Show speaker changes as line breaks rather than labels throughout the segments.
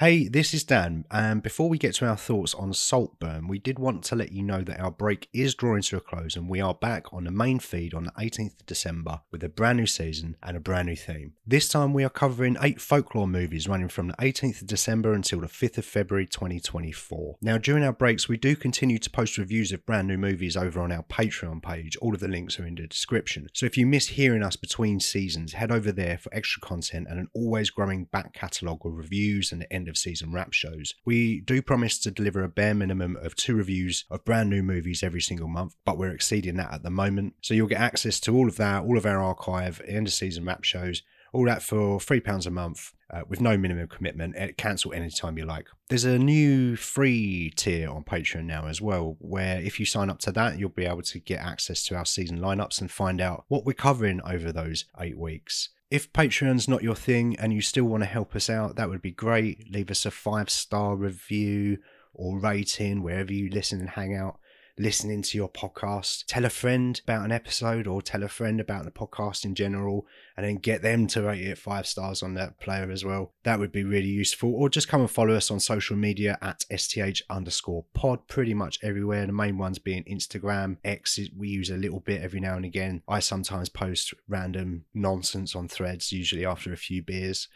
Hey, this is Dan, and before we get to our thoughts on Saltburn, we did want to let you know that our break is drawing to a close and we are back on the main feed on the 18th of December with a brand new season and a brand new theme. This time we are covering eight folklore movies running from the 18th of December until the 5th of February 2024. Now, during our breaks, we do continue to post reviews of brand new movies over on our Patreon page. All of the links are in the description. So if you miss hearing us between seasons, head over there for extra content and an always growing back catalogue with reviews and end of season wrap shows. We do promise to deliver a bare minimum of two reviews of brand new movies every single month, but we're exceeding that at the moment. So you'll get access to all of that, all of our archive, end of season wrap shows, all that for £3 a month uh, with no minimum commitment. Uh, Cancel anytime you like. There's a new free tier on Patreon now as well, where if you sign up to that, you'll be able to get access to our season lineups and find out what we're covering over those eight weeks. If Patreon's not your thing and you still want to help us out, that would be great. Leave us a five star review or rating wherever you listen and hang out listening to your podcast. Tell a friend about an episode or tell a friend about the podcast in general and then get them to rate it five stars on that player as well. That would be really useful. Or just come and follow us on social media at STH underscore pod, pretty much everywhere. The main ones being Instagram, X, is- we use a little bit every now and again. I sometimes post random nonsense on threads, usually after a few beers.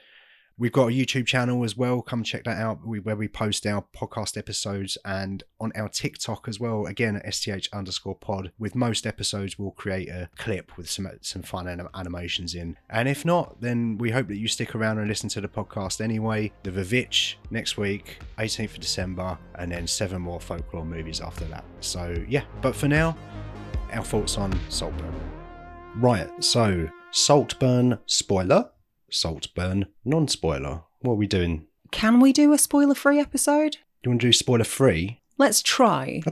We've got a YouTube channel as well. Come check that out we, where we post our podcast episodes and on our TikTok as well. Again, at STH underscore pod. With most episodes, we'll create a clip with some some fun anim- animations in. And if not, then we hope that you stick around and listen to the podcast anyway. The Vivitch next week, 18th of December, and then seven more folklore movies after that. So, yeah, but for now, our thoughts on Saltburn. Right, so Saltburn spoiler. Saltburn, non spoiler. What are we doing?
Can we do a spoiler free episode?
Do you want to do spoiler free?
Let's try.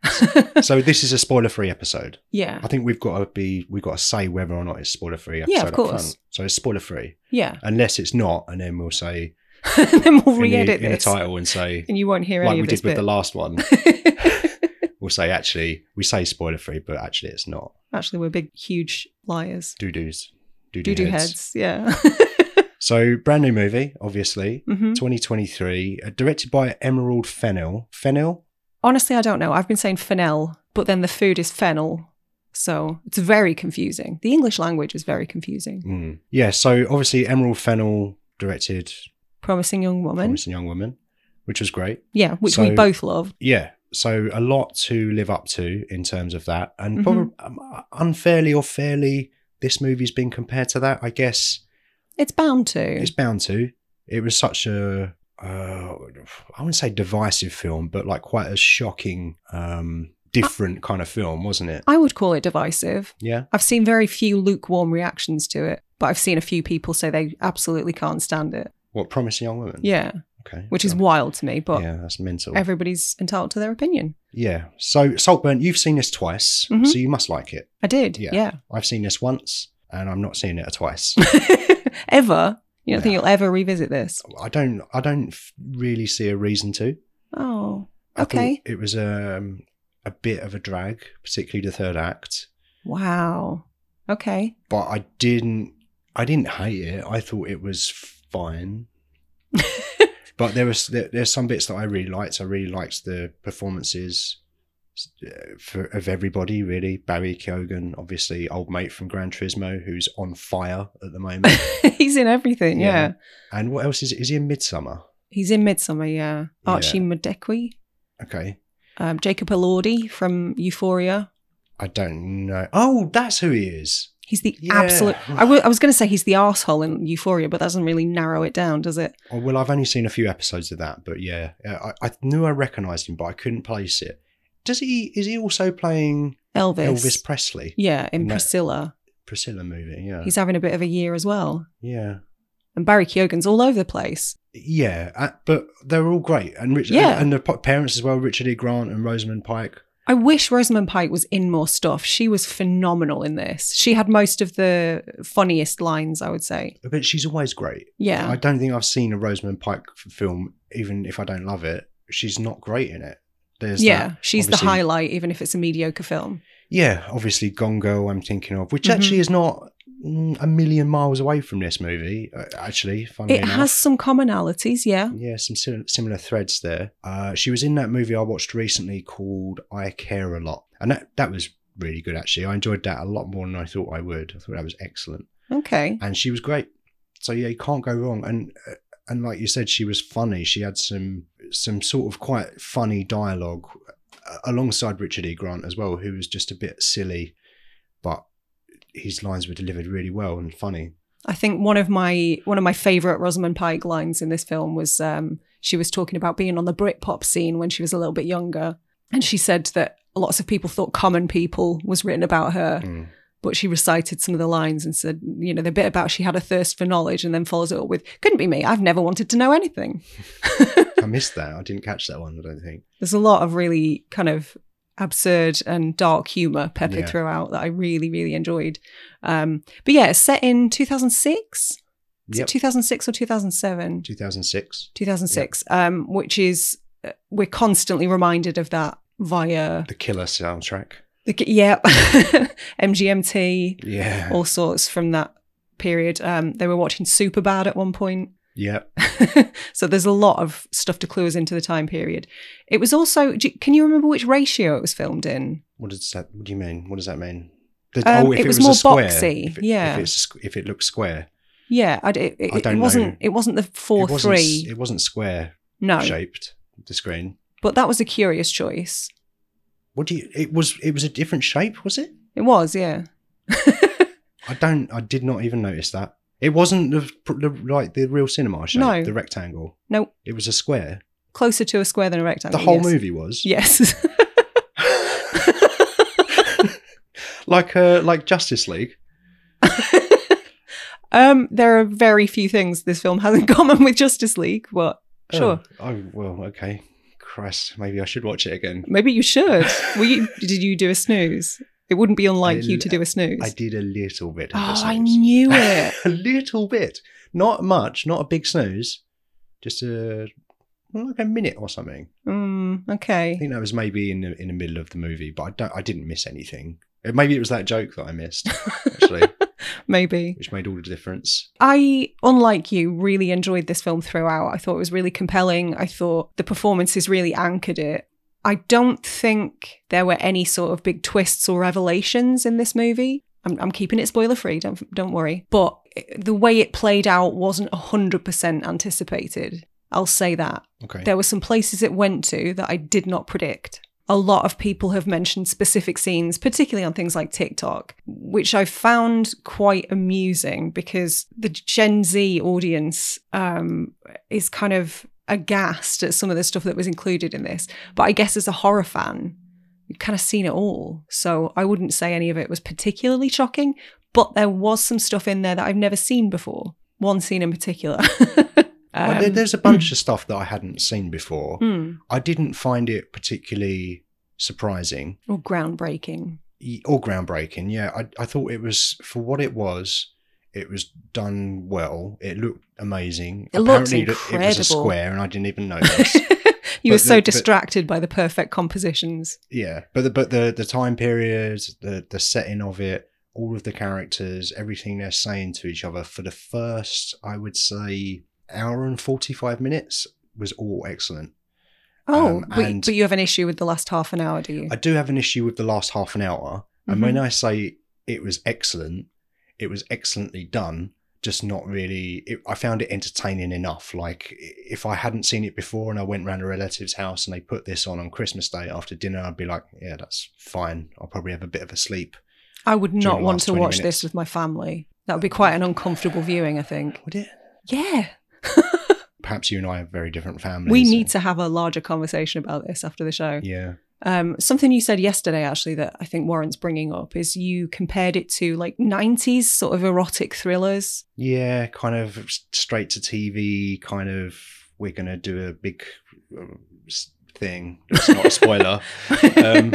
Okay. so this is a spoiler free episode.
yeah.
I think we've got to be we've got to say whether or not it's spoiler free episode
Yeah, of
up
course.
front. So it's spoiler free.
Yeah.
Unless it's not, and then we'll say
then we'll
in the-
re edit
in the
this.
title and say
And you won't hear
like
any
we
of this
did with the
bit.
last one, we'll say actually we say spoiler free, but actually it's not.
Actually, we're big, huge liars.
Doo doos.
Doo doo heads. Yeah.
So brand new movie, obviously.
hmm
2023, uh, directed by Emerald Fennel. Fennel?
Honestly, I don't know. I've been saying fennel, but then the food is fennel. So it's very confusing. The English language is very confusing.
Mm. Yeah, so obviously Emerald Fennel directed
Promising Young Woman.
Promising Young Woman, which was great.
Yeah, which
So-
we both love.
Yeah, so a lot to live up to in terms of that. And
Mhm.
probably um, unfairly or fairly, this movie's been compared to that. I guess
It's bound to.
it's bound to. It was such a. Uh, I wouldn't say divisive film, but like quite a shocking, um, different kind of film, wasn't it?
I would call it divisive.
Yeah.
I've seen very few lukewarm reactions to it, but I've seen a few people say they absolutely can't stand it.
What Promising Young Woman?
Yeah,
Okay.
which is
Um,
wild to me, but
Mm. yeah, that's mental.
everybody's entitled to their opinion.
yeah. So Saltburn, you've seen this twice,
Mhm.
so you must like it.
I did.
Yeah.
Yeah.
I've seen this once, and I'm not seeing it twice.
ever. You don't
No.
think you'll ever revisit this?
I don't. I don't f- really see a reason to.
Oh,
I thought
Okay.
It was um, a bit of a drag, particularly the third act.
wow. Okay.
But I didn't. I didn't hate it. I thought it was fine. but there was there, there's some bits that I really liked. I really liked the performances uh, for, of everybody. Really, Barry Keoghan, obviously old mate from Gran Turismo, who's on fire at the moment.
He's in everything. Yeah.
Yeah. and what else is is he in Midsummer?
He's in Midsummer. Yeah. Archie Madekwi,
Okay,
um, Jacob Elordi from Euphoria.
I don't know. Oh, that's who he is.
He's the
Yeah.
absolute. I wa- I was going to say he's the asshole in Euphoria, but that doesn't really narrow it down, does it?
Oh, well, I've only seen a few episodes of that, but yeah, I, I knew I recognised him, but I couldn't place it. Does he? Is he also playing
Elvis.
Elvis Presley?
Yeah, in
No.
Priscilla.
Priscilla movie. Yeah,
He's having a bit of a year as well.
yeah.
And Barry Keoghan's all over the place.
Yeah, uh, but they're all great, and Richard
Yeah.
and, and the p- parents as well, Richard E. Grant and Rosamund Pike.
I wish Rosamund Pike was in more stuff. She was phenomenal in this. She had most of the funniest lines, I would say.
But she's always great.
Yeah.
I don't think I've seen a Rosamund Pike f- film, even if I don't love it. She's not great in it. There's
yeah.
that.
She's
obviously-
the highlight, even if it's a mediocre film.
Yeah, obviously Gone Girl. I'm thinking of, which
Mhm.
actually is not mm, a million miles away from this movie, uh, actually. Funny
it has some commonalities, yeah.
Yeah, some sim- similar threads there. Uh, she was in that movie I watched recently called I Care a Lot, and that that was really good actually. I enjoyed that a lot more than I thought I would. I thought that was excellent,
Okay.
and she was great. So yeah, you can't go wrong. And uh, and like you said, she was funny. She had some some sort of quite funny dialogue uh, alongside Richard E. Grant as well, who was just a bit silly, but his lines were delivered really well and funny.
I think one of my one of my favorite Rosamund Pike lines in this film was um, she was talking about being on the Britpop scene when she was a little bit younger, and she said that lots of people thought "common people" was written about her,
Mm.
but she recited some of the lines and said, you know, the bit about she had a thirst for knowledge, and then follows it up with "couldn't be me. I've never wanted to know anything."
I missed that. I didn't catch that one. I don't think.
There's a lot of really kind of absurd and dark humor peppered
Yeah.
throughout that I really really enjoyed. Um, but yeah, it's set in 2006. Is
Yep.
it 2006 or 2007?
2006.
2006, um, which is uh, we're constantly reminded of that via
The Killer soundtrack.
the g- yeah MGMT,
Yeah.
all sorts from that period. Um, they were watching Superbad at one point,
Yeah.
so there's a lot of stuff to clue us into the time period. It was also, do you- can you remember which ratio it was filmed in?
What does that? What do you mean? What does that mean? The- oh,
Um, it was more
square,
boxy,
If it,
yeah.
If, it's, a squ- if it looked square.
Yeah, I, d- it, it,
I don't
it wasn't.
know.
It wasn't the four
it wasn't, s-
three.
It wasn't square
no,
shaped. The screen.
but that was a curious choice.
What do you? It was. It was a different shape. Was it?
It was, yeah.
I don't. I did not even notice that. It wasn't the, the like the real cinema shape.
No.
The rectangle.
No,
It was a square.
closer to a square than a rectangle.
The whole
Oh, yes.
movie was.
Yes.
Like uh, like Justice League.
um, there are very few things this film has in common with Justice League, but sure,
Oh, oh well. Okay. Christ. Maybe I should watch it again.
maybe you should. Were you, did you do a snooze? It wouldn't be unlike you to do a snooze.
I did a little bit. Of
oh,
the
I
snooze.
knew it.
a little bit, not much, not a big snooze, just a well, like a minute or something.
Mm,
I
okay.
think that was maybe in the in the middle of the movie, but I don't. I didn't miss anything. Uh, Maybe it was that joke that I missed, actually,
Maybe.
which made all the difference.
I, unlike you, really enjoyed this film throughout. I thought it was really compelling. I thought the performances really anchored it. I don't think there were any sort of big twists or revelations in this movie. I'm, I'm keeping it spoiler free. Don't don't worry. But eh, the way it played out wasn't hundred percent anticipated. I'll say that.
Okay.
There were some places it went to that I did not predict. A lot of people have mentioned specific scenes, particularly on things like TikTok, which I found quite amusing because the Gen Z audience um, is kind of aghast at some of the stuff that was included in this. But I guess as a horror fan, you've kind of seen it all. So I wouldn't say any of it was particularly shocking, but there was some stuff in there that I've never seen before. One scene in particular.
Well, there,
Um,
there's a bunch of stuff that I hadn't seen before.
hmm.
I didn't find it particularly surprising.
or groundbreaking.
or groundbreaking. Yeah, I, I thought it was for what it was. It was done well. It looked amazing.
It looked
Apparently, it was a
incredible.
square, and I didn't even notice.
you were
But
so
the- but-
distracted by the perfect compositions.
yeah, but the, but the the time period, the the setting of it, all of the characters, everything they're saying to each other for the first, I would say, hour and forty five minutes was all excellent.
Oh,
Um,
but,
and-
but you have an issue with the last half an hour, do you?
I do have an issue with the last half an hour, and
Mm-hmm.
when I say it was excellent, it was excellently done. Just not really. It, I found it entertaining enough. Like i- if I hadn't seen it before and I went round a relative's house and they put this on on Christmas Day after dinner, I'd be like, yeah, that's fine. I'll probably have a bit of a sleep.
I would
the
not want
last
to
20
watch
minutes.
this with my family. That would be quite an uncomfortable viewing, I think.
Would it?
Yeah,
Perhaps you and I have very different families.
we need to have a larger conversation about this after the show.
Yeah.
Um, something you said yesterday, actually, that I think Warren's bringing up is you compared it to like 90s sort of erotic thrillers.
Yeah, kind of s- straight to TV. Kind of we're gonna do a big um, s- thing. It's not a spoiler. Um,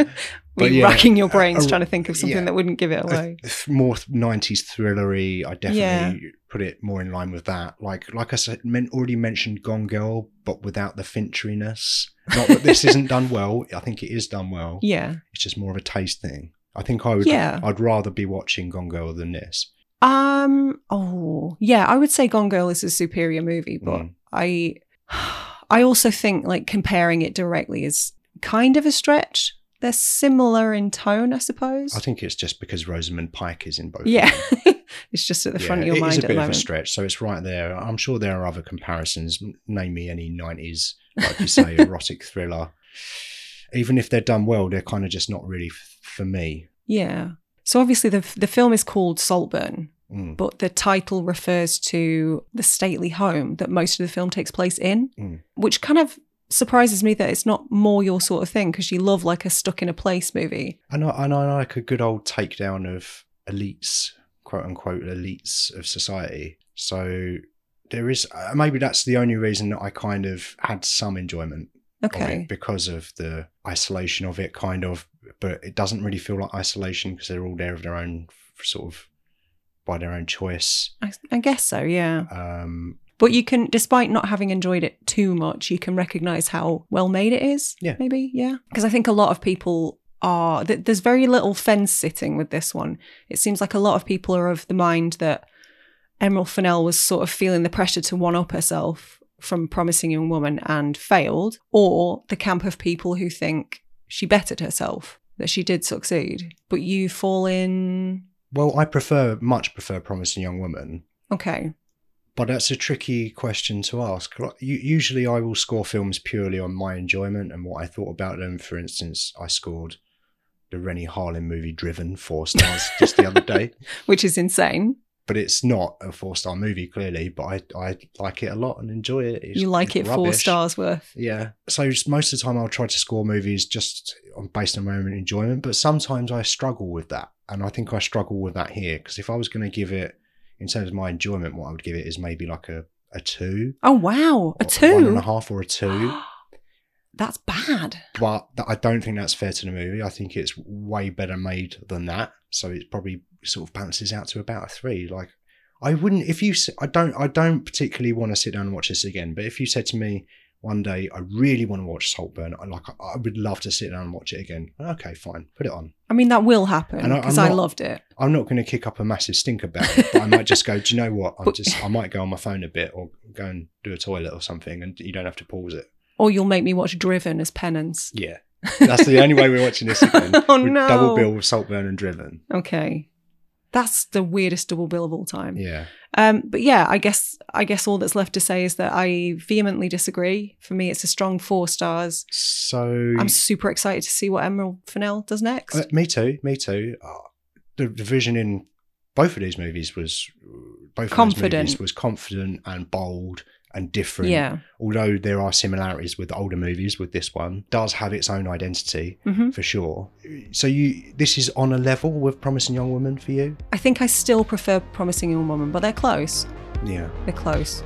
We're
but yeah,
racking your brains
uh,
trying to think of something
yeah.
that wouldn't give it
a
away.
th- more nineties thrillery. I definitely put it more in line with that. Like like I said, men, already mentioned Gone Girl, but without the Fincheriness. Not that this isn't done well. I think it is done well.
yeah.
It's just more of a taste thing. I think I would.
Yeah.
I'd rather be watching Gone Girl than this.
Um. Oh, yeah. I would say Gone Girl is a superior movie, but
Mm.
I, I also think like comparing it directly is kind of a stretch. They're similar in tone, I suppose.
I think it's just because Rosamund Pike is in both. of
yeah,
them.
it's just at the
Yeah,
front of your
it
mind
is a
at
bit
the
of
moment.
a stretch, so it's right there. I'm sure there are other comparisons. M- Name me any '90s, like you say, erotic thriller. Even if they're done well, they're kind of just not really f- for me.
yeah. So obviously the the film is called Saltburn,
Mm,
but the title refers to the stately home that most of the film takes place in,
Mm.
which kind of surprises me that it's not more your sort of thing because you love like a stuck in a place movie.
And I, and I like a good old takedown of elites, quote unquote, elites of society. So there is uh, maybe that's the only reason that I kind of had some enjoyment of
Okay.
it because of the isolation of it, kind of. But it doesn't really feel like isolation because they're all there of their own f- sort of by their own choice.
I, I guess so, yeah.
Um,
But you can, despite not having enjoyed it too much, you can recognize how well made it is.
Yeah.
Maybe, yeah. Because I think a lot of people are, th- there's very little fence sitting with this one. It seems like a lot of people are of the mind that Emerald Fennell was sort of feeling the pressure to one up herself from Promising Young Woman and failed, or the camp of people who think she bettered herself, that she did succeed. But you fall in.
well, I prefer much prefer promising young woman,
Okay.
but that's a tricky question to ask. Like, u- Usually, I will score films purely on my enjoyment and what I thought about them. For instance, I scored the Rennie Harlan movie Driven four stars just the other day.
Which is insane.
but it's not a four star movie clearly. But I, I like it a lot and enjoy it. It's-
you like it
it's
four
rubbish.
stars worth.
Yeah. So s- most of the time I'll try to score movies just on based on my own enjoyment, but sometimes I struggle with that, and I think I struggle with that here because if I was going to give it in terms of my enjoyment, what I would give it is maybe like a a two,
Oh wow, a
or one and
two.
a half, or a two.
That's bad.
but th- I don't think that's fair to the movie. I think it's way better made than that. So it probably sort of balances out to about a three. Like I wouldn't if you. s- I don't. I don't particularly want to sit down and watch this again. But if you said to me one day, I really want to watch Saltburn. I like. I would love to sit down and watch it again. Okay, fine. Put it on.
I mean, that will happen
And I- I'm
because I,
not-
loved it.
I'm not going to kick up a massive stink about it, but I might just go. Do you know what? I'm just. I might go on my phone a bit or go and do a toilet or something, and you don't have to pause it.
Or you'll make me watch Driven as penance.
Yeah, that's the only way we're watching this again.
Oh,
With
no.
Double bill with Saltburn and Driven.
Okay, that's the weirdest double bill of all time.
Yeah.
Um, but yeah, I guess I guess all that's left to say is that I vehemently disagree. For me, it's a strong four stars.
So
I'm super excited to see what Emerald Fennell does next.
Uh, me too. Me too. Uh, the, the vision in both of these movies was both Of
Confident.
these movies was confident and bold and different.
yeah.
Although there are similarities with older movies, with this one does have its own identity
hmm
for sure. So you, this is on a level with Promising Young Woman for you.
I think I still prefer Promising Young Woman, but they're close.
Yeah.
They're close.